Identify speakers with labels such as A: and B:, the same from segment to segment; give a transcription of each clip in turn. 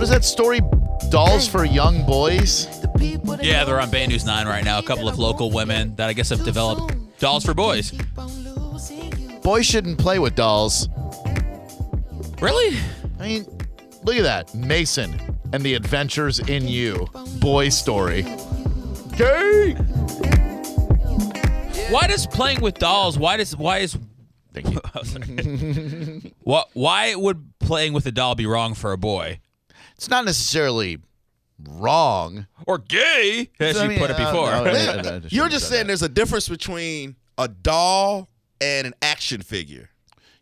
A: What is that story? Dolls for young boys?
B: Yeah, they're on Band News 9 right now. A couple of local women that I guess have developed dolls for boys.
A: Boys shouldn't play with dolls.
B: Really?
A: I mean, look at that. Mason and the Adventures in You. Boy story. Gay!
B: Why does playing with dolls, why does, why is,
A: Thank you.
B: oh, sorry. Why- why would playing with a doll be wrong for a boy?
A: It's not necessarily wrong.
B: Or gay, as
A: I
B: you
A: mean,
B: put it
A: uh,
B: before.
A: no, I- I- I shouldn't
C: You're
A: have
C: just
A: done
C: saying
A: that.
C: there's a difference between a doll and an action figure.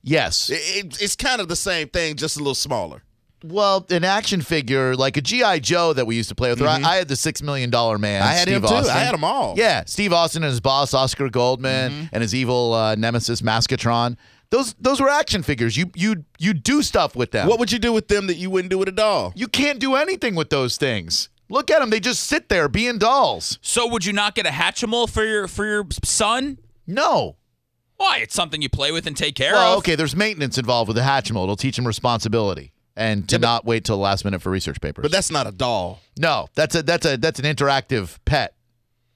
A: Yes.
C: It, it, it's kind of the same thing, just a little smaller.
A: Well, an action figure like a GI Joe that we used to play with. or I, I had the Six Million Dollar Man.
C: Mm-hmm. I had
A: Steve
C: him too.
A: Austin.
C: I had them all. Mm-hmm.
A: Yeah, Steve Austin and his boss Oscar Goldman and his evil uh, nemesis Maskatron. Those those were action figures. You you you do stuff with them.
C: What would you do with them that you wouldn't do with a doll?
A: you can't do anything with those things. Look at them. They just sit there being dolls.
B: So would you not get a Hatchimal for your for your son?
A: No.
B: Why? It's something you play with and take care
A: Well,
B: of.
A: okay. There's maintenance involved with the Hatchimal. It'll teach them responsibility and to not wait till the last minute for research papers.
C: But that's not a doll.
A: no, that's a that's a that's an interactive pet.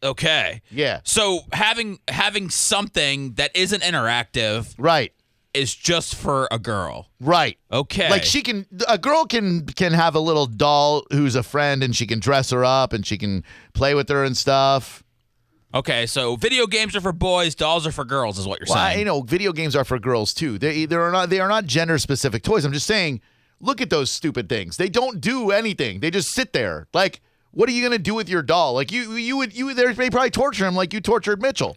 B: Okay.
A: Yeah.
B: So having having something that isn't interactive
A: Right.
B: is just for a girl.
A: Right.
B: Okay.
A: Like she can, a girl can can have a little doll who's a friend, and she can dress her up, and she can play with her and stuff.
B: Okay, so video games are for boys, dolls are for girls, is what you're
A: Well, I-
B: saying.
A: you know, video games are for girls too. They they are not they are not gender specific toys. I'm just saying, look at those stupid things. They don't do anything. They just sit there. Like, what are you gonna do with your doll? Like you you would you there they probably torture him like you tortured Mitchell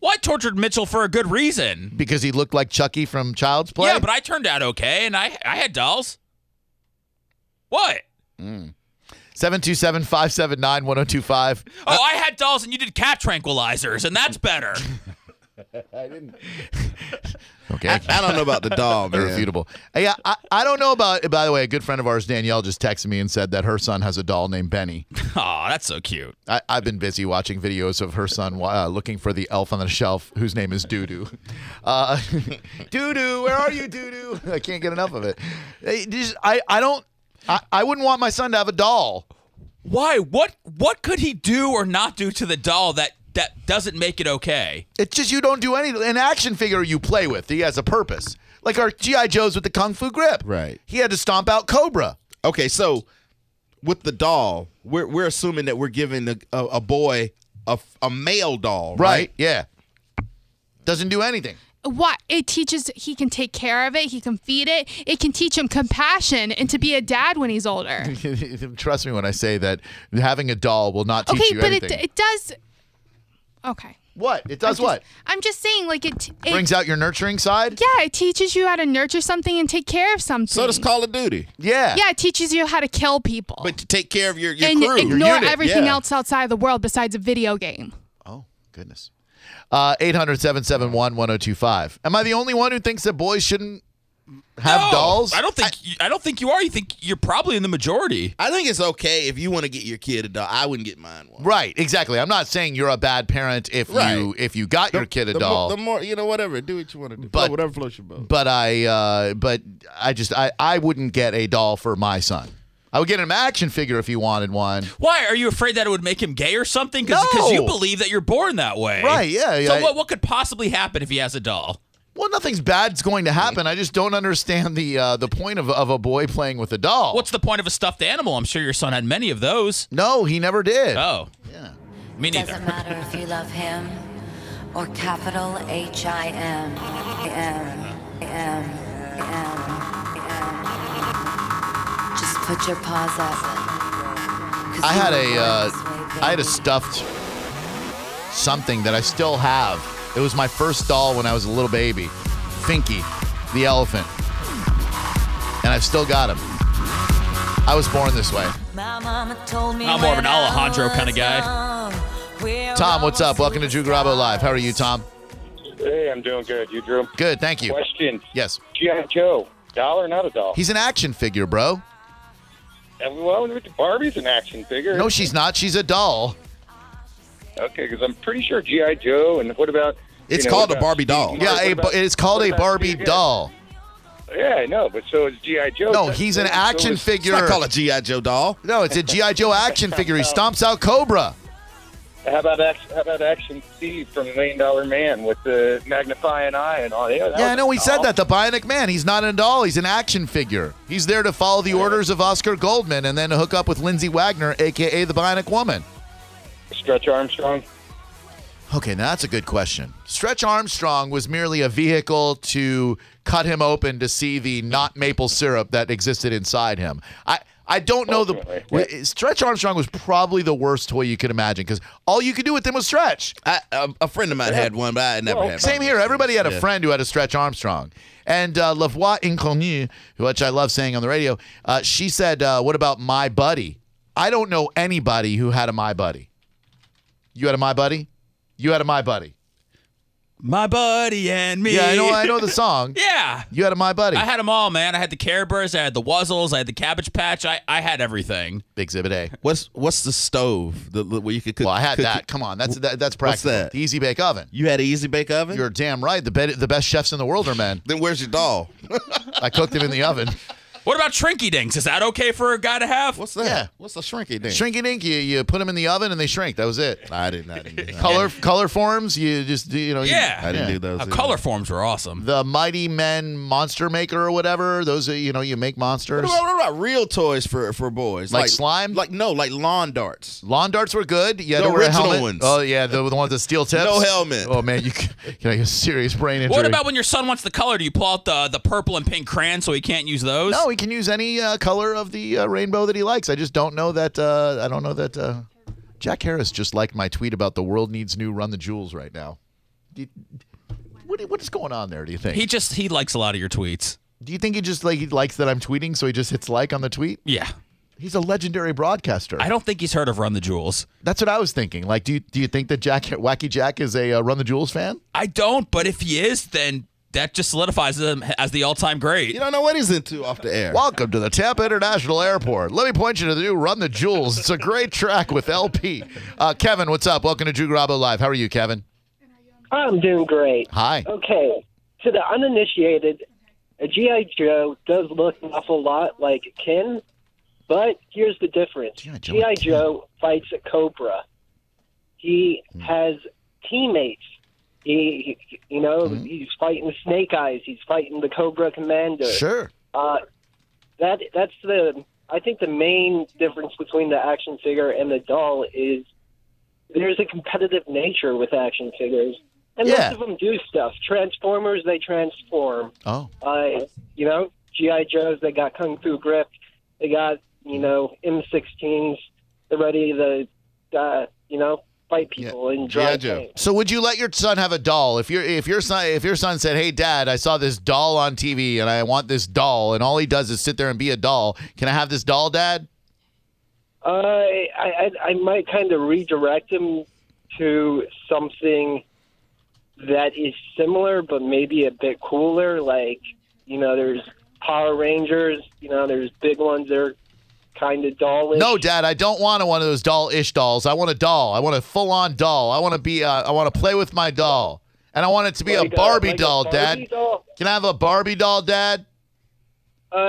B: Well, I tortured Mitchell for a good reason.
A: because he looked like Chucky from Child's Play.
B: Yeah, but I turned out okay, and I I had dolls. What?
A: seven two seven five seven nine one zero two five.
B: Oh, I had dolls, and you did cat tranquilizers, and that's better.
A: Okay.
C: I,
B: Ah.
C: I don't know about the doll, man.
A: Irrefutable. Yeah, I, I don't know about. By the way, a good friend of ours, Danielle, just texted me and said that her son has a doll named Benny.
B: oh, that's so cute.
A: I, I've been busy watching videos of her son uh, looking for the elf on the shelf whose name is Doodoo. Uh, Doodoo, where are you, Doodoo? I can't get enough of it. They just- I, I don't. I, I wouldn't want my son to have a doll.
B: Why? What? What could he do or not do to the doll that that doesn't make it okay?
A: It's just you don't do any. An action figure you play with, he has a purpose. Like our GI Joes with the kung fu grip.
C: Right.
A: He had to stomp out Cobra.
C: Okay, so with the doll, we're we're assuming that we're giving a, a, a boy a, a male doll, right?
A: right? Yeah. Doesn't do anything.
D: What it teaches, he can take care of it. He can feed it. It can teach him compassion and to be a dad when he's older.
A: Trust me when I say that having a doll will not teach
D: okay,
A: you
D: but it,
A: anything.
D: it does. Okay.
A: what? It does what?
D: I'm just saying, like it. it
A: Brings out your nurturing side?
D: yeah, it teaches you how to nurture something and take care of something.
C: So does Call of Duty,
A: Yeah.
D: Yeah, it teaches you how to kill people
C: but to take care of your your
D: and
C: crew, your
D: ignore
C: unit,
D: everything
C: yeah.
D: else outside of the world besides a video game.
A: Oh, goodness. Uh, 800 771 1025. Am I the only one who thinks that boys shouldn't have
B: No,
A: dolls?
B: I don't think. you- I, don't think you are. You think you're probably in the majority.
C: I think it's okay if you want to get your kid a doll. I wouldn't get mine one.
A: Right, exactly. I'm not saying you're a bad parent if you
C: Right.
A: if you got your kid a
C: the, mo-
A: doll.
C: the more you know, whatever. Do what you want to do.
A: But-
C: But whatever floats your boat.
A: but I uh, but I just I, I wouldn't get a doll for my son. I would get him an action figure if he wanted one.
B: Why are you afraid that it would make him gay or something? Because you
A: No.
B: believe that you're born that way.
A: Right, yeah, yeah.
B: So what? What could possibly happen if he has a doll?
A: Well, nothing's bad's going to happen. I just don't understand the uh, the point of, of a boy playing with a doll.
B: What's the point of a stuffed animal? I'm sure your son had many of those.
A: no, he never did.
B: Oh,
A: Yeah.
B: me neither.
E: Doesn't matter if you love him or capital H I M M M M. Just put your paws up. 'Cause
A: I
E: you
A: had
E: were
A: a
E: born
A: uh,
E: this way,
A: I had a
E: baby.
A: stuffed something that I still have. It was my first doll when I was a little baby, Finky, the elephant, and I've still got him. I was born this way.
E: My mama told me
B: I'm more of an
E: when I
B: Alejandro
E: was
B: kinda guy.
E: young, we're
A: Tom, what's up?
E: almost
A: Welcome to Drew Garabo Live. How are you, Tom?
F: Hey, I'm doing good. You, Drew?
A: Good, thank you.
F: Question.
A: Yes,
F: G.I. Joe, doll or not a doll?
A: he's an action figure, bro.
F: And, well, Barbie's an action figure.
A: No, she's not. She's a doll.
F: Okay, because I'm pretty sure G.I. Joe, and what about...
C: It's
F: you know,
C: called
F: what
C: a
F: about
C: Barbie doll.
F: Steve
A: Yeah,
F: Martin?
A: a,
F: What about-
A: it's called
F: what
A: a
F: about
A: Barbie
F: Steve-
A: doll.
F: Yeah, I know, but so is G.I. Joe.
A: No, he's an
F: So
A: action
F: is-
C: It's
A: figure.
C: not called a GI Joe doll.
A: No, it's a GI Joe action figure. He stomps out Cobra.
F: How about action, how about Action Steve from Million Dollar Man with the magnifying eye and all? Yeah, that
A: Yeah, I
F: was
A: know.
F: a
A: We said
F: doll.
A: that. The Bionic Man. He's not a doll. He's an action figure. He's there to follow the orders of Oscar Goldman and then to hook up with Lindsay Wagner, aka the Bionic Woman.
F: Stretch Armstrong.
A: Okay, now that's a good question. Stretch Armstrong was merely a vehicle to cut him open to see the not maple syrup that existed inside him. I I don't know the
F: Ultimately,
A: Stretch Armstrong was probably the worst toy you could imagine because all you could do with him was stretch.
C: I, um, a, a friend of mine had one, but I never
F: Well,
C: had.
A: Same
C: one.
A: here. Everybody had a
C: Yeah.
A: friend who had a Stretch Armstrong. And uh, La Voix Inconnue, which I love saying on the radio, uh, she said, uh, What about my buddy? I don't know anybody who had a my buddy. You had a my buddy? You had a my buddy.
B: My buddy and me.
A: Yeah, I know, I know the song.
B: Yeah.
A: You had a my buddy.
B: I had them all, man. I had the Care Bears, I had the Wuzzles, I had the Cabbage Patch. I, I had everything.
A: Exhibit A.
C: What's what's the stove the, where you could cook?
A: Well, I had
C: cook
A: that.
C: it?
A: Come on, that's that, that's practical.
C: that?
A: The Easy Bake Oven.
C: You had an easy bake oven.
A: You're damn right. The be- the best chefs in the world are men.
C: then where's your doll?
A: I cooked them in the oven.
B: What about Trinky Dinks? Is that okay for a guy to have?
C: What's that?
A: Yeah.
C: What's the shrinky thing?
A: Shrink and ink, you, you put them in the oven and they shrink. That was it.
C: I did not. I didn't-
A: Color color forms, you just you know. you-
B: Yeah.
C: I didn't do those.
B: Uh,
C: either.
B: color forms were awesome.
A: the Mighty Men Monster Maker or whatever. Those are, you know, you make
C: What
A: monsters.
C: about, what about real toys for for boys?
A: Like slime?
C: Like no, like lawn darts.
A: Lawn darts were good. You had
C: The
A: to wear a
C: original
A: helmet.
C: ones.
A: Oh yeah, the, the ones with steel tips.
C: No helmet.
A: Oh man, you c- you know, you have serious brain injury.
B: What about when your son wants the color? Do you pull out the, the purple and pink crayons so he can't use those?
A: No, he can use any uh, color of the uh, rainbow that he likes. I just don't know that. Uh, I don't know that. Uh, Jack Harris just liked my tweet about the world needs new Run the Jewels right now. Do you- What, what is going on there? Do you think?
B: He just he likes a lot of your tweets.
A: do you think he just like he likes that I'm tweeting, so he just hits like on the tweet?
B: Yeah.
A: He's a legendary broadcaster.
B: I don't think he's heard of Run the Jewels.
A: That's what I was thinking. Like, do you do you think that Jack Wacky Jack is a uh, Run the Jewels fan?
B: I don't, but if he is, then that just solidifies him as the all time great.
C: You don't know what he's into off the air.
A: Welcome to the Tampa International Airport. Let me point you to the new Run the Jewels. It's a great track with LP. Uh, Kevin, what's up? Welcome to Drew Garabo Live. How are you, Kevin?
G: I'm doing great.
A: Hi.
G: Okay, to the uninitiated, a GI Joe does look an awful lot like Ken, but here's the difference:
A: G.I.
G: GI
A: Joe
G: Joe,
A: and Ken.
G: fights a cobra. He
A: Hmm.
G: has teammates. He, he- you know,
A: Hmm.
G: he's fighting Snake Eyes. He's fighting the Cobra Commander.
A: Sure.
G: Uh, that that's the I think the main difference between the action figure and the doll is there's a competitive nature with action figures, and
A: Yeah.
G: most of them do stuff. Transformers they transform.
A: Oh,
G: Uh, you know, GI Joes they got kung fu grip. They got you know M16s. They're ready to uh, you know fight people and
C: G.I.
G: drive
C: Joe.
G: things.
A: so would you let your son have a doll if your if your son if your son said, "Hey, Dad, I saw this doll on TV and I want this doll," and all he does is sit there and be a doll? Can I have this doll, Dad?
G: Uh, I, I I might kind of redirect him to something that is similar, but maybe a bit cooler. Like you know, there's Power Rangers. You know, there's big ones. They're kind of dollish.
A: No, Dad, I don't want one of those doll-ish dolls. I want a doll. I want a full-on doll. I want to be. Uh, I want to play with my doll, and I want it to be
G: Like
A: a Barbie
G: like a
A: doll,
G: Barbie
A: Dad.
G: doll?
A: Can I have a Barbie doll, Dad?
G: Uh,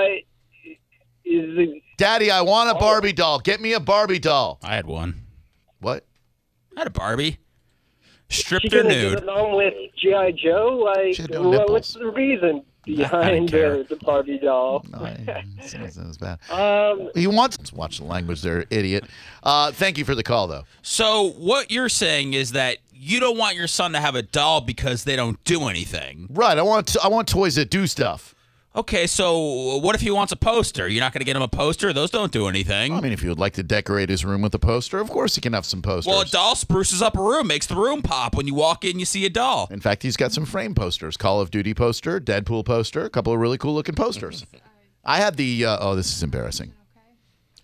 G: is it,
A: Daddy, I want
G: Oh.
A: a Barbie doll. Get me a Barbie doll.
B: I had one.
A: What?
B: I had a Barbie.
G: she
B: Stripped or
G: gonna get
B: nude.
G: along with GI Joe? Like,
A: She had no
G: wha-
A: nipples.
G: what's the reason behind
B: care.
G: the, the Barbie doll?
A: No, I- it sounds, sounds bad.
G: Um,
A: He wants to watch the language there, idiot. Uh, thank you for the call, though.
B: So what you're saying is that you don't want your son to have a doll because they don't do anything.
A: Right, I want to, I want toys that do stuff.
B: Okay, so what if he wants a poster? You're not going to get him a poster. Those don't do anything.
A: I mean, if you would like to decorate his room with a poster, of course he can have some posters.
B: well, a doll spruces up a room, makes the room pop. When you walk in, you see a doll.
A: In fact, he's got some frame posters: Call of Duty poster, Deadpool poster, a couple of really cool looking posters. I had the uh, oh, this is embarrassing.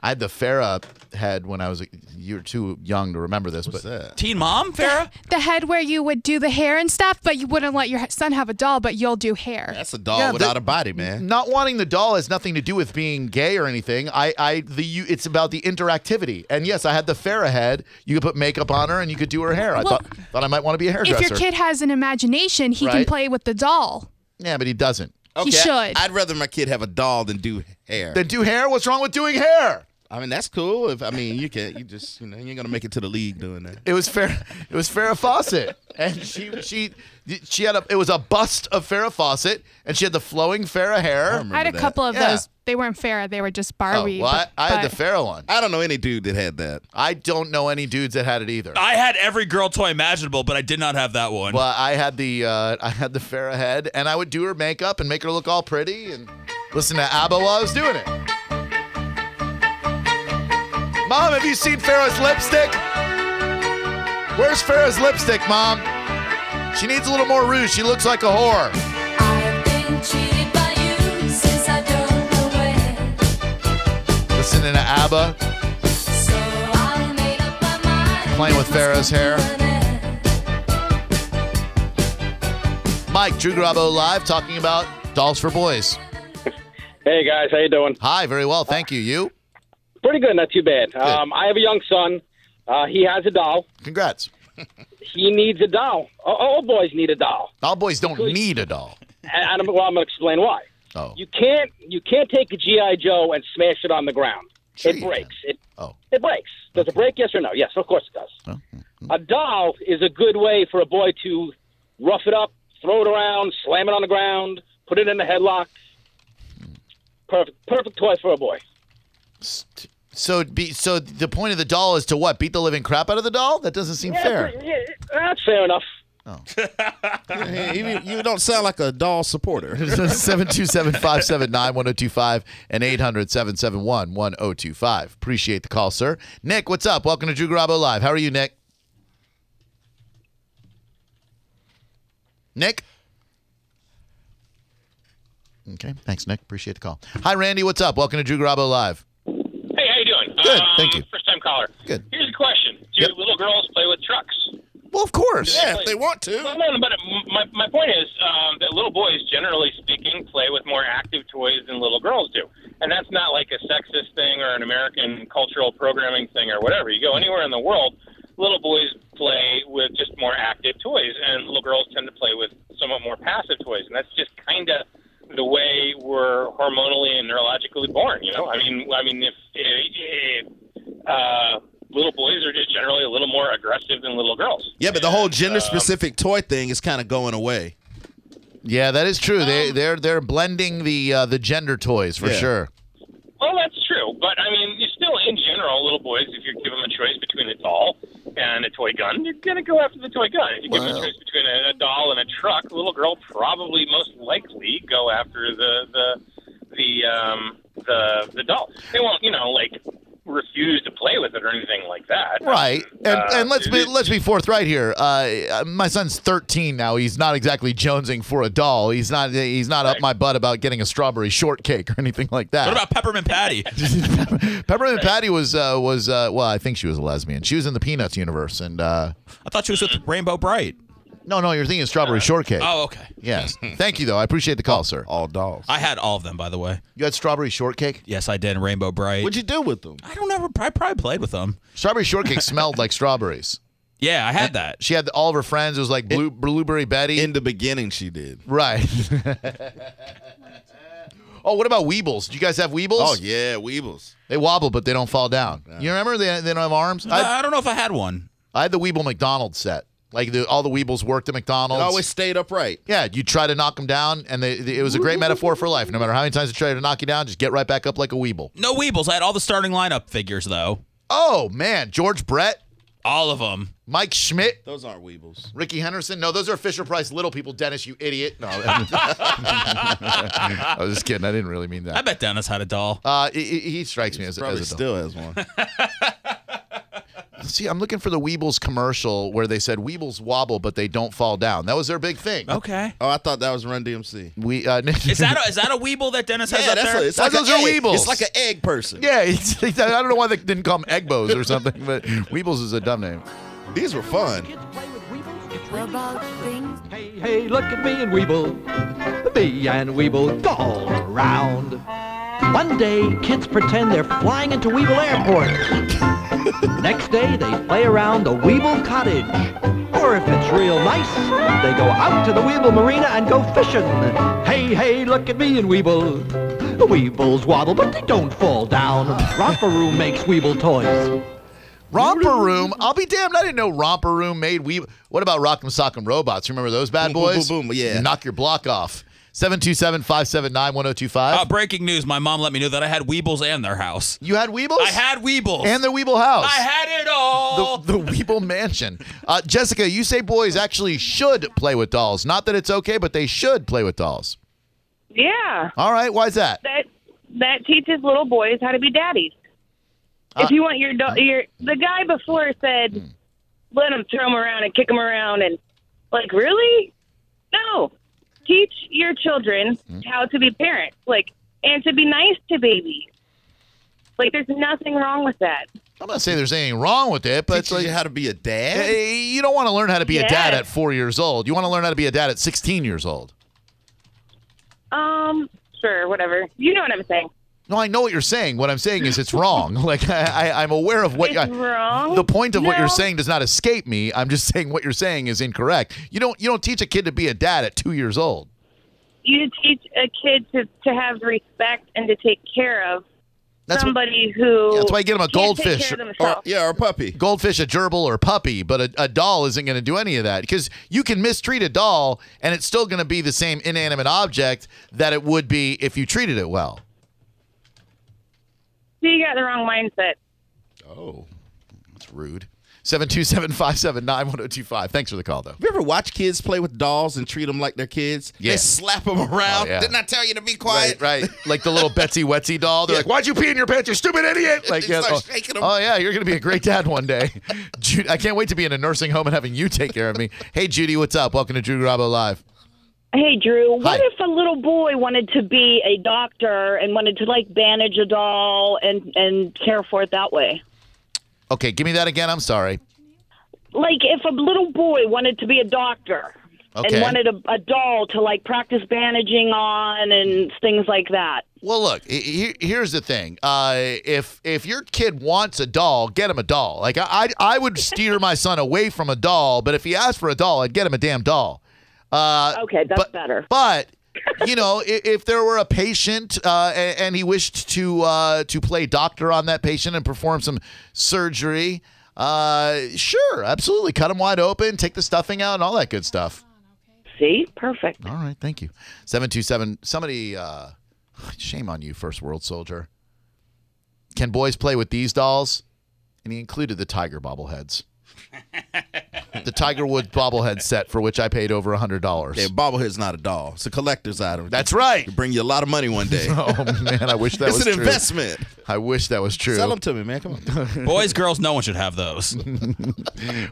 A: I had the Farah head when I was a, you're too young to remember this, but
B: Teen Mom, Farah?
D: The head where you would do the hair and stuff, but you wouldn't let your son have a doll, but you'll do hair.
C: That's a doll
A: Yeah,
C: without
A: that-
C: a body, man.
A: not wanting the doll has nothing to do with being gay or anything. I, I the you, it's about the interactivity. And yes, I had the Farah head. You could put makeup on her and you could do her hair. I
D: Well-
A: thought thought I might want to be a hairdresser.
D: If your kid has an imagination, he can
A: Right.
D: play with the doll.
A: yeah, but he doesn't.
C: Okay,
D: He should.
C: I'd rather my kid have a doll than do hair.
A: Then do hair. What's wrong with doing hair?
C: I mean, that's cool. If I mean, you can you just you know you ain't gonna make it to the league doing that.
A: It was fair. It was Farrah Fawcett, and she she she had a. It was a bust of Farrah Fawcett, and she had the flowing Farrah hair.
D: I had a
C: Remember that.
D: couple of
A: Yeah.
D: those. They weren't fair. They were just
A: Oh,
D: Barbie.
A: well, I,
D: but-
A: I had the
D: but-
A: Farrah one.
C: I don't know any dude that had that.
A: I don't know any dudes that had it either.
B: I had every girl toy imaginable, but I did not have that one.
A: Well, I had the uh, I had the Farrah head, and I would do her makeup and make her look all pretty and listen to ABBA while I was doing it. Mom, have you seen Farrah's lipstick? Where's Farrah's lipstick, Mom? She needs a little more rouge. She looks like a whore.
H: I've been cheated by you since I don't know when.
A: Listening to ABBA.
H: So I made up my mind.
A: Playing with
H: it
A: Farrah's
H: must come
A: hair.
H: to an end.
A: Mike, Drew Garabo live talking about dolls for boys.
F: Hey guys, how you doing?
A: Hi, very well. Thank you. You?
F: Pretty good, not too bad. Um, I have a young son. Uh, he has a doll.
A: Congrats.
F: He needs a doll. All, all boys need a doll.
A: All boys don't need a doll.
F: And I'm, well, I'm going to explain why.
A: Oh.
F: You can't you can't take a GI Joe and smash it on the ground.
A: Sure
F: it
A: you
F: breaks. It
A: Oh.
F: it breaks. Does it break? Yes or no? Yes, of course it does.
A: hmm,
F: A doll is a good way for a boy to rough it up, throw it around, slam it on the ground, put it in the headlock. Perfect perfect toy for a boy.
A: So it'd be so the point of the doll is to what? Beat the living crap out of the doll? That doesn't seem fair.
F: Yeah, that's fair enough.
C: you, you don't sound like a doll supporter.
A: 727-579-1025 and 800-771-1025. Appreciate the call, sir. Nick, what's up? Welcome to Drew Garabo Live. How are you, Nick? Nick? Okay. Thanks, Nick. Appreciate the call. Hi, Randy. What's up? Welcome to Drew Garabo Live.
I: Hey, how you doing? Uh,
A: Good, thank you.
I: First time caller.
A: Good.
I: Here's a question: Do
A: Yep.
I: little girls play with trucks?
A: Well, of course.
C: yeah, if they want to.
I: Well, no, no, but my my point is um, that little boys, generally speaking, play with more active toys than little girls do, and that's not like a sexist thing or an American cultural programming thing or whatever. You go anywhere in the world, little boys play with just more active toys, and little girls tend to play with somewhat more passive toys, and that's just kind of the way we're hormonally and neurologically born. You know, I mean, I mean, if, if, if uh, little boys are just generally a little more aggressive than little girls.
C: Yeah, but the whole gender specific toy thing is kind of going away.
A: Yeah, that is true. They they're they're blending the uh, the gender toys for
C: Yeah.
A: sure.
I: Well, that's true, but I mean, you still, in general, little boys, if you give them a choice between a doll and a toy gun, they're gonna go after the toy gun. If you give them a choice between a, a doll and a truck, the little girl probably most likely go after the the the um, the the doll. They won't, you know, like refuse to play with it or anything like that.
A: Right, and
I: Uh,
A: and let's be
I: it-
A: let's be forthright here. Uh, my son's 13 now. He's not exactly jonesing for a doll. He's not he's not up my butt about getting a strawberry shortcake or anything like that.
B: what about Peppermint Patty?
A: Peppermint Patty was uh, was uh, well, I think she was a lesbian. She was in the Peanuts universe, and uh,
B: I thought she was with Rainbow Bright.
A: no, no, you're thinking strawberry shortcake.
B: Oh, okay.
A: Yes, thank you though. I appreciate the call, sir.
C: All dolls.
B: I had all of them, by the way.
A: You had strawberry shortcake.
B: Yes, I did. Rainbow Bright.
C: What'd you do with them?
B: I don't ever. I probably played with them.
A: Strawberry shortcake smelled like strawberries.
B: Yeah, I had that.
A: She had all of her friends. It was like blue, blueberry Betty.
C: In the beginning, she did.
A: Right. oh, what about Weebles? Do you guys have Weebles?
C: Oh yeah, Weebles.
A: They wobble, but they don't fall down. You remember they, they don't have arms? I,
B: I, I don't know if I had one.
A: I had the Weeble McDonald's set. Like the, all the Weebles worked at
C: It
A: McDonald's.
C: always stayed upright.
A: yeah, you try to knock them down, and they, they- it was a great metaphor for life. No matter how many times they try to knock you down, just get right back up like a Weeble.
B: No Weebles. I had all the starting lineup figures though.
A: Oh, man. George Brett,
B: All of them.
A: Mike Schmidt,
C: Those aren't Weebles.
A: Ricky Henderson. No, those are Fisher Price Little People, Dennis, you idiot. No, I was just kidding. I didn't really mean
B: I
A: that.
B: bet Dennis had a doll.
A: Uh, he, he- he strikes me as, as a
C: Probably
A: dumb-
C: still has one.
A: See, I'm looking for the Weebles commercial where they said Weebles wobble but they don't fall down. That was their big thing.
B: Okay.
C: Oh, I thought that was Run DMC.
A: We uh,
B: Is that a, is that a Weeble that Dennis has
C: Yeah,
B: up
C: that's
B: there?
C: a, it's
A: That's
C: like
A: those
C: an
A: are
C: egg.
A: Weebles.
C: It's like an egg person.
A: yeah, it's, it's- I don't know why they didn't call them Egbos or something, but Weebles is a dumb name.
C: These were fun.
E: About things
J: Hey, hey, look at me and Weeble. Me and Weeble go all around. One day, kids pretend they're flying into Weeble Airport. Next day, they play around the Weeble Cottage. Or if it's real nice, they go out to the Weeble Marina and go fishing. Hey, hey, look at me and Weeble. The Weebles wobble, but they don't fall down. Romper Room makes Weeble toys.
A: Romper Room. I'll be damned. I didn't know Romper Room made we. What about Rock'em Sock'em Robots? Remember those bad
C: Boom, boom,
A: boys?
C: boom, boom, yeah.
A: Knock your block off. 727 579
B: Uh,
A: 1025.
B: breaking news: My mom let me know that I had Weebles and their house.
A: You had Weebles?
B: I had Weebles
A: And their Weeble house.
B: I had it all.
A: the, the Weeble Mansion. Uh, Jessica, you say boys actually should play with dolls. Not that it's okay, but they should play with dolls.
K: Yeah,
A: All right, why's that?
K: that that teaches little boys how to be daddies. if you want your
A: Uh,
K: do- your the guy before said,
A: Hmm.
K: let him throw him around and kick him around and like really, no, teach your children
A: Hmm.
K: how to be parents, like and to be nice to babies. Like there's nothing wrong with that.
A: I'm not saying there's anything wrong with it, but it's
C: Teaches
A: like,
C: you how to be a dad.
A: eh, you don't want to learn how to be a dad
K: Yes.
A: at four years old. You want to learn how to be a dad at 16 years old.
K: Um, sure, whatever. You know what I'm saying.
A: No, I know what you're saying. What I'm saying is it's wrong. like I, I, I'm aware of what
K: It's
A: I-
K: wrong.
A: the point of what you're
K: No.
A: saying does not escape me. I'm just saying what you're saying is incorrect. You don't you don't teach a kid to be a dad at two years old.
K: You teach a kid to to have respect and to take care of
A: That's what-
K: somebody who
A: That's why you get him a
K: can't take care
A: goldfish
K: of
C: Or,
K: themselves.
C: yeah, or a puppy.
A: goldfish, a gerbil, or a puppy, but a, a doll isn't going to do any of that because you can mistreat a doll and it's still going to be the same inanimate object that it would be if you treated it well.
K: So you got the wrong mindset.
A: Oh, that's rude. 727 579 1025. Thanks for the call, though.
C: Have you ever watch kids play with dolls and treat them like they're kids?
A: Yeah.
C: They slap them around.
A: Oh, yeah.
C: Didn't I tell you to be quiet?
A: Right, right. Like the little Betsy Wetsy doll. They're
C: Yeah.
A: like, "Why'd you pee in your pants, you stupid idiot!" Like,
C: They
A: yeah,
C: start
A: oh,
C: shaking 'em.
A: oh, yeah, you're gonna be a great dad one day. Jude, I can't wait to be in a nursing home and having you take care of me. Hey, Judy, what's up? Welcome to Drew Garabo Live.
L: Hey, Drew, what
A: Hi.
L: if a little boy wanted to be a doctor and wanted to, like, bandage a doll and, and care for it that way?
A: Okay, give me that again. I'm sorry.
L: Like, if a little boy wanted to be a doctor
A: Okay.
L: and wanted a, a doll to, like, practice bandaging on and things like that.
A: Well, look, he- he- here's the thing. Uh, if if your kid wants a doll, get him a doll. Like I, I, I would steer my son away from a doll, but if he asked for a doll, I'd get him a damn doll. Uh,
L: Okay, that's
A: but,
L: better.
A: But you know, if, if there were a patient uh, and, and he wished to uh, to play doctor on that patient and perform some surgery, uh, sure, absolutely, cut him wide open, take the stuffing out, and all that good stuff.
L: See? Perfect.
A: All right, thank you. Seven two seven. Somebody, uh, shame on you, first world soldier. Can boys play with these dolls? And he included the tiger bobbleheads. the Tiger Woods bobblehead set for which I paid over a hundred dollars.
C: Yeah, bobblehead's not a doll. It's a collector's item.
A: That's right.
C: It'll bring you a lot of money one day.
A: Oh man, I wish that
C: it's
A: was
C: an
A: true.
C: investment.
A: I wish that was true.
C: Sell them to me, man. Come on.
B: Boys, girls, no one should have those.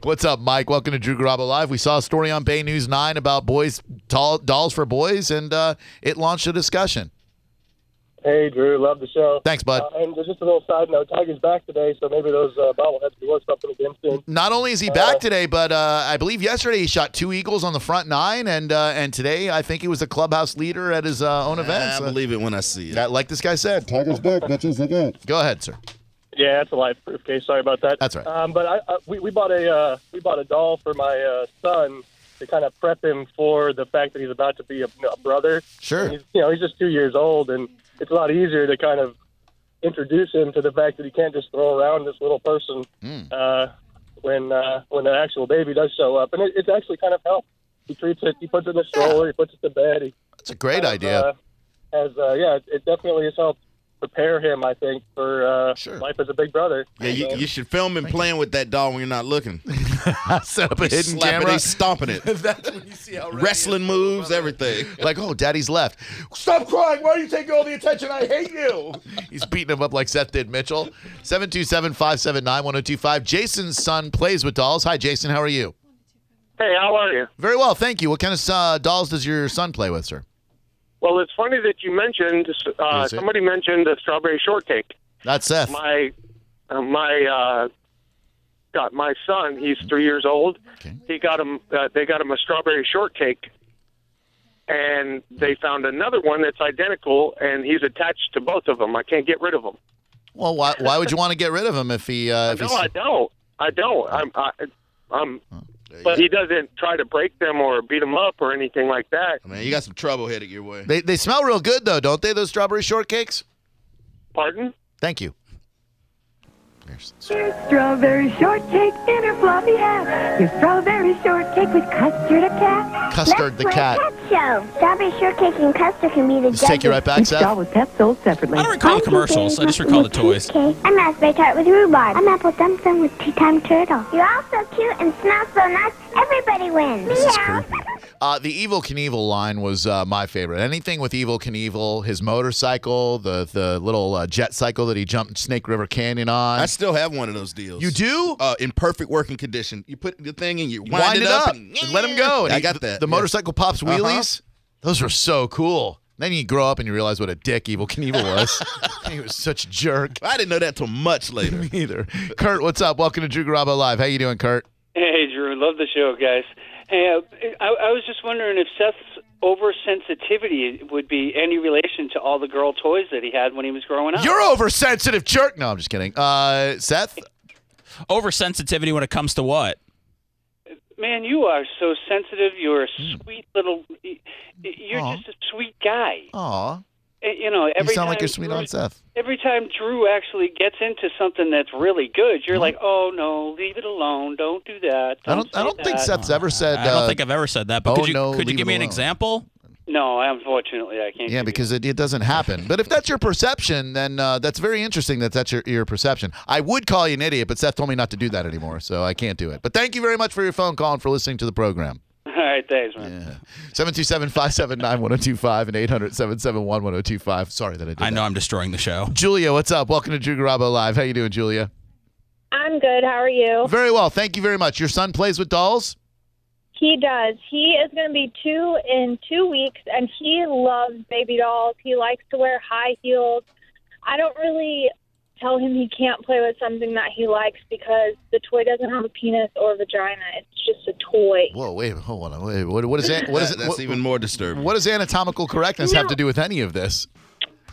A: What's up, Mike? Welcome to Drew Garabo Live. We saw a story on Bay News Nine about boys doll, dolls for boys, and uh, it launched a discussion.
M: Hey, Drew, love the show.
A: Thanks, bud.
M: Uh, and just a little side note: Tiger's back today, so maybe those uh, bobbleheads will be worth something again soon.
A: Not only is he back today, but uh, I believe yesterday he shot two eagles on the front nine, and uh, and today I think he was the clubhouse leader at his uh, own event.
C: I
A: So
C: believe it when I see it.
A: that, like this guy said, Tiger's back, bitches again. Go ahead, sir.
M: Yeah, that's a life proof case. Sorry about that.
A: That's right.
M: Um, but I, I we, we bought a uh, we bought a doll for my uh, son to kind of prep him for the fact that he's about to be a, a brother.
A: Sure.
M: And he's, you know, he's just two years old, and it's a lot easier to kind of introduce him to the fact that he can't just throw around this little person uh, when uh, when the actual baby does show up, and it, it's actually kind of helped. He treats it. He puts it in the stroller. He puts it to bed. He
A: That's a great idea.
M: uh, has uh, yeah, it, it definitely has helped prepare him. I think for uh, life as a big brother.
C: Yeah, you,
M: So-
C: you should film him playing with that doll when you're not looking.
A: Set up a
C: He's
A: hidden
C: slapping,
A: camera.
C: he's stomping it.
A: That's when you see how ready
C: Wrestling moves, everything.
A: like, oh, daddy's left. Stop crying. Why are you taking all the attention? I hate you. He's beating him up like Seth did Mitchell. 727 579 1025. Jason's son plays with dolls. Hi, Jason. How are you?
N: Hey, how are you?
A: Very well. Thank you. What kind of uh, dolls does your son play with, sir?
N: Well, it's funny that you mentioned uh,
A: Is it?
N: somebody mentioned the strawberry shortcake.
A: That's Seth.
N: My uh, my uh, got my son. He's three years old. He got him. Uh, they got him a strawberry shortcake, and they found another one that's identical, and he's attached to both of them. I can't get rid of them.
A: Well, why, why would you want to get rid of him if he? Uh, if
N: no,
A: he's-
N: I don't. I don't. I'm. I, I'm. But he doesn't try to break them or beat them up or anything like that.
C: Man, you got some trouble headed your way.
A: They, they smell real good though, don't they? Those strawberry shortcakes.
N: Pardon?
A: Thank you.
O: Strawberry shortcake in her fluffy hat. Your strawberry shortcake with custard a cat.
A: Custard the
O: Let's play
A: cat.
O: Cat show. Strawberry shortcake and custard can be the
A: Let's take you right back, Seth.
O: with pep sold separately. I don't
B: recall the commercials. I just recall the toys.
O: Cake. I'm raspberry tart with rhubarb. I'm apple dum dum with tea time turtle. You're all so cute and smell so nice. Everybody wins. Meow.
A: Uh, the Evil Knievel line was uh, my favorite. Anything with Evil Knievel, his motorcycle, the the little uh, jet cycle that he jumped Snake River Canyon on.
C: I still have one of those deals.
A: You do?
C: Uh, in perfect working condition. You put the thing in, you wind,
A: wind,
C: it up, and,
A: let him go. And
C: I
A: he-
C: got
A: the-
C: that.
A: The
C: yeah.
A: motorcycle pops
C: Uh-huh.
A: wheelies. Those were so cool. Then you grow up and you realize what a dick Evil Knievel was. he was such a jerk.
C: I didn't know that till much later.
A: Me either. Kurt, what's up? Welcome to Drew Garabo Live. How you doing, Kurt?
P: Hey, Drew, love the show, guys. Hey, uh, I, I was just wondering if Seth's oversensitivity would be any relation to all the girl toys that he had when he was growing up.
A: You're oversensitive jerk. No, I'm just kidding. Uh, Seth?
B: Oversensitivity when it comes to what?
P: Man, you are so sensitive. You're a sweet little. You're
A: Hmm. Aw.
P: just a sweet guy.
A: Aw.
P: Uh, You know, every
A: you sound
P: time
A: like you're sweet on Seth.
P: Every time Drew actually gets into something that's really good, you're like, "Oh no, leave it alone. Don't do that."
A: Hmm. I don't. I don't think Seth's ever said.
B: I don't
A: uh,
B: think I've ever said that. But
A: oh,
B: could you
A: no,
B: could you
A: leave
B: give
A: it
B: me an
A: alone.
B: example?
P: No, unfortunately, I can't.
A: Yeah, because it, it doesn't happen. But if that's your perception, then uh, that's very interesting that that's your, your perception. I would call you an idiot, but Seth told me not to do that anymore, so I can't do it. But thank you very much for your phone call and for listening to the program.
P: All right, thanks, man.
A: 727 579 1025 and 800 771 1025. Sorry that I did
B: I know I'm destroying the show.
A: that. Julia, what's up? Welcome to Drew Garabo Live. How you doing, Julia?
Q: I'm good. How are you?
A: Very well. Thank you very much. Your son plays with dolls?
Q: He does. He is going to be two in two weeks, and he loves baby dolls. He likes to wear high heels. I don't really tell him he can't play with something that he likes because the toy doesn't have a penis or a vagina. It's just a toy.
A: Whoa, wait, hold on. Wait, what, what is that? What is
C: That- that's
A: what-
C: even more disturbing.
A: What does anatomical correctness have to do with any of this?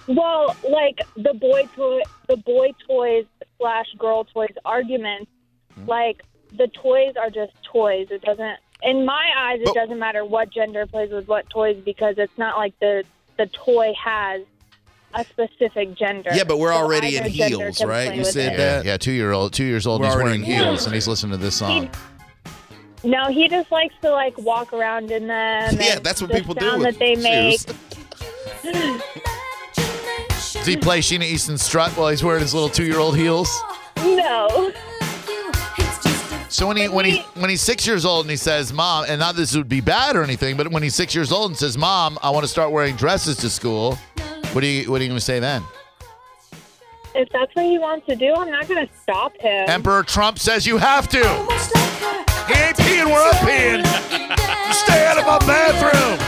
Q: Well, like the boy toy, the boy toys slash girl toys arguments,
A: Hmm?
Q: like the toys are just toys. It doesn't, in my eyes, it doesn't matter what gender plays with what toys because it's not like the the toy has a specific gender.
C: Yeah, but we're
Q: So
C: already in
Q: either gender
C: heels,
Q: can
C: right?
Q: play
C: You
Q: with
C: said
Q: it.
A: Yeah, yeah, two year old, two years old, and he's wearing heels, and he's listening to this song.
Q: No, he just likes to like walk around in them. Yeah,
C: that's what people do
Q: sound that
C: with
Q: they make.
C: shoes.
A: Does he play Sheena Easton Strut while he's wearing his little two year old heels?
Q: no.
A: So when he when he when he's six years old and he says, "Mom," and not this would be bad or anything, but when he's six years old and says, "Mom, I want to start wearing dresses to school," what do you what are you gonna say then?
Q: If that's what he wants to do, I'm not going to stop him.
A: Emperor Trump says you have to. He ain't peeing where I'm peeing. Stay out of my bathroom.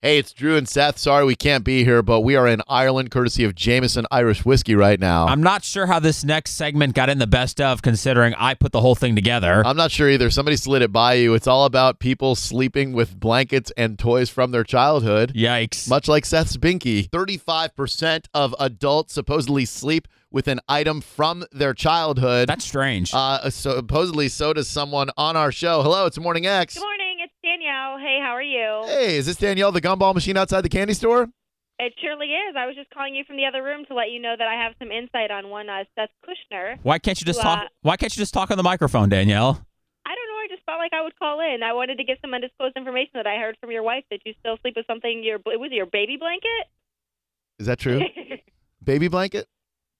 A: Hey, it's Drew and Seth. Sorry we can't be here, but we are in Ireland, courtesy of Jameson Irish Whiskey right now.
R: I'm not sure how this next segment got in the best of, considering I put the whole thing together.
A: I'm not sure either. Somebody slid it by you. It's all about people sleeping with blankets and toys from their childhood.
R: Yikes.
A: Much like Seth's binky. 35% of adults supposedly sleep with an item from their childhood. That's
R: strange.
A: Uh, so- supposedly, so does someone on our show. Hello, it's Morning X.
S: Good morning. It's Danielle. Hey, how are you?
A: Hey, is this Danielle, the gumball machine outside the candy store?
S: It surely is. I was just calling you from the other room to let you know that I have some insight on one uh, Seth Kushner.
R: Why can't you just
S: who, uh,
R: talk? Why can't you just talk on the microphone, Danielle?
S: I don't know. I just felt like I would call in. I wanted to give some undisclosed information that I heard from your wife that you still sleep with something. Your it was your baby blanket.
A: Is that true? Baby blanket?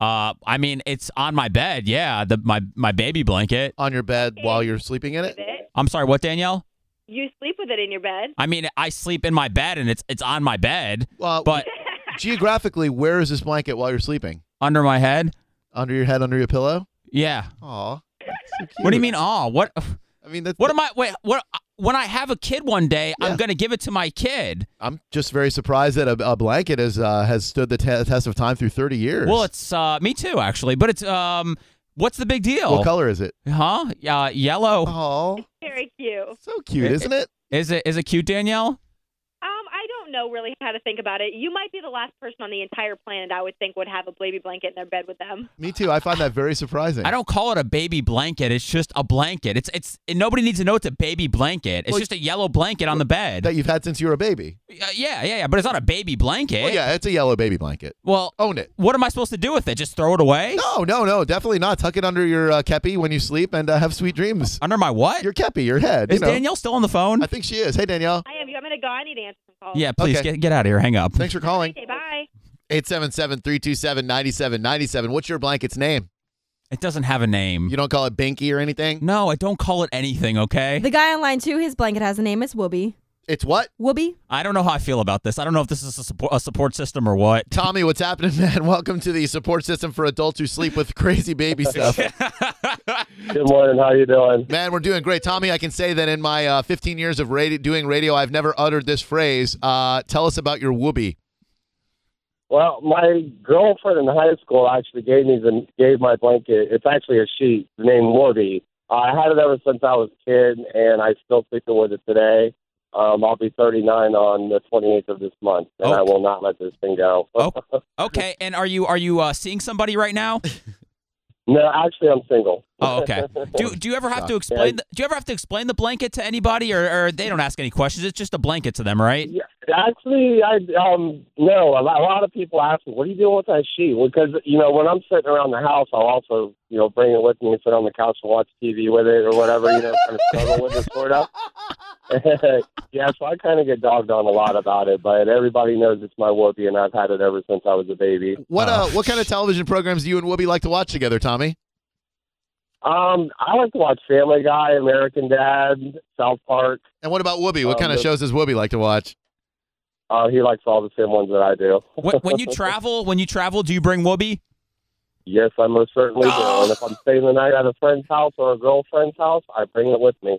R: Uh, I mean, it's on my bed. Yeah, the my my baby blanket
A: on your bed while you're sleeping in it.
R: I'm sorry, what, Danielle?
S: You sleep with it in your bed.
R: I mean, I sleep in my bed and it's it's on my bed.
A: Well,
R: but
A: Geographically, where is this blanket while you're sleeping?
R: Under my head.
A: Under your head, under your pillow?
R: yeah.
A: Aw.
R: What do you mean? Aw, what?
A: I mean, that's
R: what am I? Wait, what? When I have a kid one day, I'm gonna give it to my kid.
A: I'm just very surprised that a, a blanket has uh, has stood the te- test of time through 30 years.
R: Well, it's uh, me too, actually. But it's um,
B: What's the big deal?
A: What color is it?
B: Huh? Uh, yellow.
A: Oh,
S: Very cute.
A: So cute, isn't it?
B: Is it is it cute, Danielle?
S: Um, I don't know really how to think about it. You might be the last person on the entire planet I would think would have a baby blanket in their bed with them.
A: Me too. I find that very surprising.
B: I don't call it a baby blanket. It's just a blanket. It's it's and nobody needs to know it's a baby blanket. It's
A: Well,
B: just a yellow blanket on the bed.
A: That you've had since you were a baby.
B: Uh, yeah, yeah, yeah. But it's not a baby blanket.
A: Well, yeah, it's a yellow baby blanket.
B: Well,
A: own it.
B: What am I supposed to do with it? Just throw it away?
A: No, no, no, definitely not. Tuck it under your uh, kepi when you sleep and uh, have sweet dreams.
B: Under my what?
A: Your kepi, your head.
B: Is Danielle still on the phone?
A: I think she is. Hey, Danielle.
S: I am. I'm gonna go. I need to answer some calls.
B: Yeah, please get get out of here. Hang up.
A: Thanks for calling.
S: Okay, bye.
A: 877-327-9797. What's your blanket's name?
B: It doesn't have a name.
A: You don't call it Binky or anything?
B: No, I don't call it anything. Okay.
T: The guy online too, his blanket has a name. It's Whoopi.
A: It's what?
T: Whoopi.
B: I don't know how I feel about this. I don't know if this is a support, a support system or what.
A: Tommy, what's happening, man? Welcome to the support system for adults who sleep with crazy baby stuff.
M: Good morning. How you doing?
A: Man, we're doing great. Tommy, I can say that in my uh, 15 years of radio, doing radio, I've never uttered this phrase. Uh, tell us about your whoopee.
M: Well, my girlfriend in high school actually gave me the gave my blanket. It's actually a sheet named Woody. I had it ever since I was a kid, and I still sticking with it today. Um, I'll be 39 on the 28th of this month, and I will not let this thing go.
B: Oh. Okay. And are you are you uh, seeing somebody right now?
M: no, actually, I'm single.
B: Oh, okay. Do do you ever have to explain? The, do you ever have to explain the blanket to anybody, or, or they don't ask any questions? It's just a blanket to them, right? Yeah.
M: Actually, I um no. A lot, a lot of people ask me, "What are you doing with that sheet?" Because you know, when I'm sitting around the house, I'll also you know bring it with me and sit on the couch and watch TV with it or whatever. You know, kind of struggle with it, sort of. yeah, so I kind of get dogged on a lot about it, but everybody knows it's my whoopee, and I've had it ever since I was a baby.
A: What uh, what kind of television programs do you and Whoopi like to watch together, Tommy?
M: Um, I like to watch Family Guy, American Dad, South Park.
A: And what about Whoopi? What kind of shows does Whoopi like to watch?
M: Uh, he likes all the same ones that I do.
B: When, when you travel, when you travel, do you bring Whoopi?
M: Yes, I most certainly do. And if I'm staying the night at a friend's house or a girlfriend's house, I bring it with me.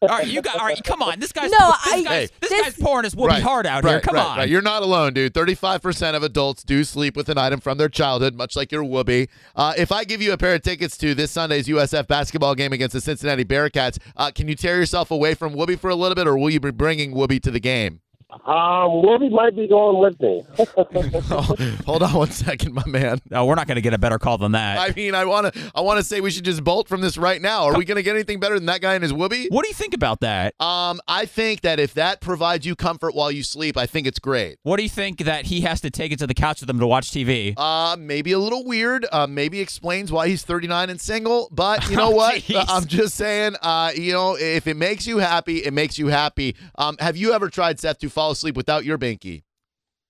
B: All right, you got. All right, come on. This guy's
T: No,
B: this
T: I-
B: guy's,
T: Hey.
B: this, guy's pouring his Whoopi hard out here.
A: right,
B: Come
A: right,
B: on.
A: right. You're not alone, dude. 35% of adults do sleep with an item from their childhood, much like your whoopee. Uh, if I give you a pair of tickets to this Sunday's USF basketball game against the Cincinnati Bearcats, uh, can you tear yourself away from whoopee for a little bit, or will you be bringing whoopee to the game?
M: Um, Willie might be going with me.
A: Hold on one second, my man.
B: No, we're not going to get a better call than that.
A: I mean, I want to. I want to say we should just bolt from this right now. Are we going to get anything better than that guy and his whoopee?
B: What do you think about that?
A: Um, I think that if that provides you comfort while you sleep, I think it's great.
B: What do you think that he has to take it to the couch with him to watch TV?
A: Uh, maybe a little weird. Uh, maybe explains why he's 39 and single. But you know what?
B: Oh, jeez.
A: I'm just saying. Uh, you know, if it makes you happy, it makes you happy. Um, have you ever tried Seth to fall asleep without your binky?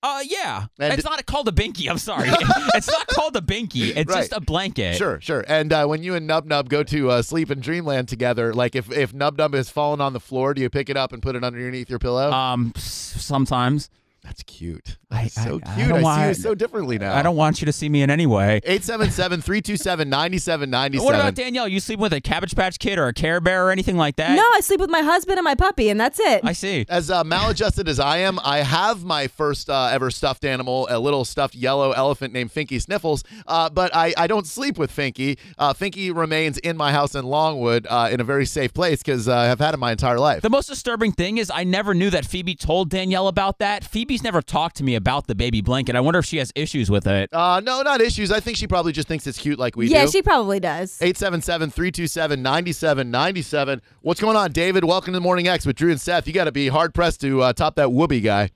B: Uh, yeah.
A: And-
B: it's not called a binky. I'm sorry. it's not called a binky. It's
A: Right.
B: just a blanket.
A: Sure, sure. And uh, when you and Nub Nub go to uh, sleep in Dreamland together, like if if Nub Nub has fallen on the floor, do you pick it up and put it underneath your pillow?
B: Um, s- sometimes.
A: That's cute.
B: That's
A: so
B: I,
A: cute.
B: don't
A: I, see you
B: want-
A: so differently now.
B: I don't want you to see me in any way.
A: 877 327 9797.
B: What about Danielle? You sleep with a Cabbage Patch Kid or a Care Bear or anything like that?
T: No, I sleep with my husband and my puppy, and that's it.
B: I see.
A: As uh, maladjusted as I am, I have my first uh, ever stuffed animal, a little stuffed yellow elephant named Finky Sniffles, uh, but I, I don't sleep with Finky. Uh, Finky remains in my house in Longwood uh, in a very safe place because uh, I've had him my entire life.
B: The most disturbing thing is I never knew that Phoebe told Danielle about that. Phoebe's never talked to me about the baby blanket. I wonder if she has issues with it.
A: Uh, no, not issues. I think she probably just thinks it's cute like we
T: yeah,
A: do.
T: she probably does.
A: 877 327 9797. What's going on, David? Welcome to Morning X with Drew and Seth. You got to be hard pressed to uh, top that whoopee guy.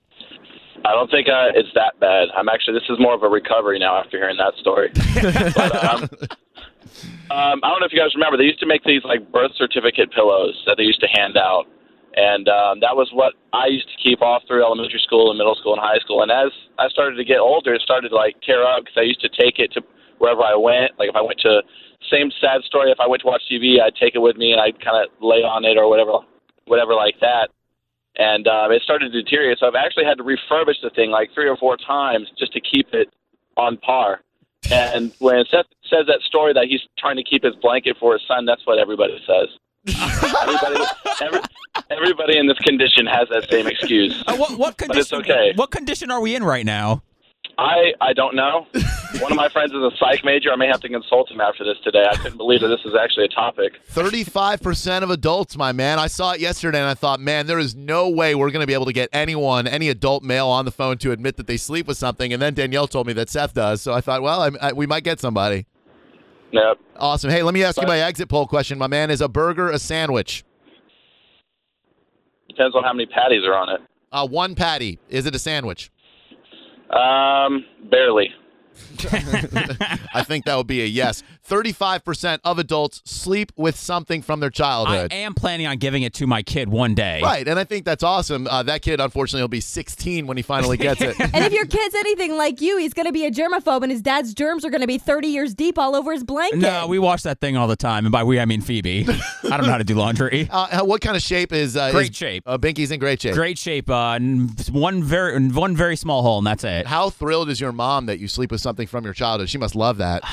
U: I don't think I, it's that bad. I'm actually this is more of a recovery now after hearing that story. but, um, um, I don't know if you guys remember, they used to make these like birth certificate pillows that they used to hand out, and um, that was what I used to keep off through elementary school and middle school and high school. And as I started to get older, it started to like tear up because I used to take it to wherever I went. Like if I went to same sad story, if I went to watch TV, I'd take it with me and I'd kind of lay on it or whatever, whatever like that and um, it started to deteriorate. So I've actually had to refurbish the thing like three or four times just to keep it on par. And when Seth says that story that he's trying to keep his blanket for his son, that's what everybody says. everybody, every, everybody in this condition has that same excuse.
B: Uh, what, what
U: But it's
B: condition?
U: okay.
B: What condition are we in right now?
U: I I don't know. One of my friends is a psych major. I may have to consult him after this today. I couldn't believe that this is actually a topic.
A: Thirty-five percent of adults, my man. I saw it yesterday, and I thought, man, there is no way we're going to be able to get anyone, any adult male, on the phone to admit that they sleep with something. And then Danielle told me that Seth does, so I thought, well, I, I, we might get somebody.
U: Yep.
A: Awesome. Hey, let me ask you my exit poll question, my man. Is a burger a sandwich?
U: Depends on how many patties are on it.
A: Uh, one patty. Is it a sandwich?
U: Um, barely.
A: I think that would be a yes. Thirty-five percent of adults sleep with something from
B: I
A: their childhood.
B: am planning on giving it to my kid one day.
A: Right, and I think that's awesome. Uh, that kid, unfortunately, will be 16 when he finally gets it.
V: And if your kid's anything like you, he's going to be a germaphobe, and his dad's germs are going to be 30 years deep all over his blanket.
B: No, we wash that thing all the time, and by we I mean Phoebe. I don't know how to do laundry.
A: Uh, what kind of shape is uh,
B: Great
A: is-
B: shape.
A: Uh, Binky's in great shape.
B: Great shape. Uh, n- one very one very small hole, and that's it.
A: How thrilled is your mom that you sleep with something from your childhood? She must love that.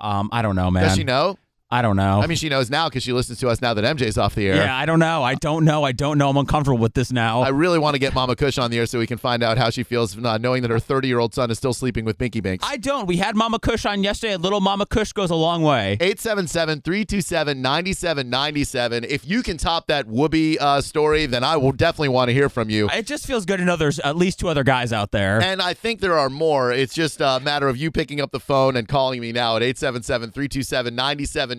B: Um, I don't know, man.
A: Does she know?
B: I don't know.
A: I mean, she knows now because she listens to us now that MJ's off the air.
B: yeah, I don't know. I don't know. I don't know. I'm uncomfortable with this now.
A: I really want to get Mama Kush on the air so we can find out how she feels uh, knowing that her 30 year old son is still sleeping with Binky Binks.
B: I don't. We had Mama Kush on yesterday. and Little Mama Kush goes a long way.
A: 877 327 9797. If you can top that Whoopi uh, story, then I will definitely want to hear from you.
B: It just feels good to know there's at least two other guys out there.
A: And I think there are more. It's just a matter of you picking up the phone and calling me now at 877 327 9797.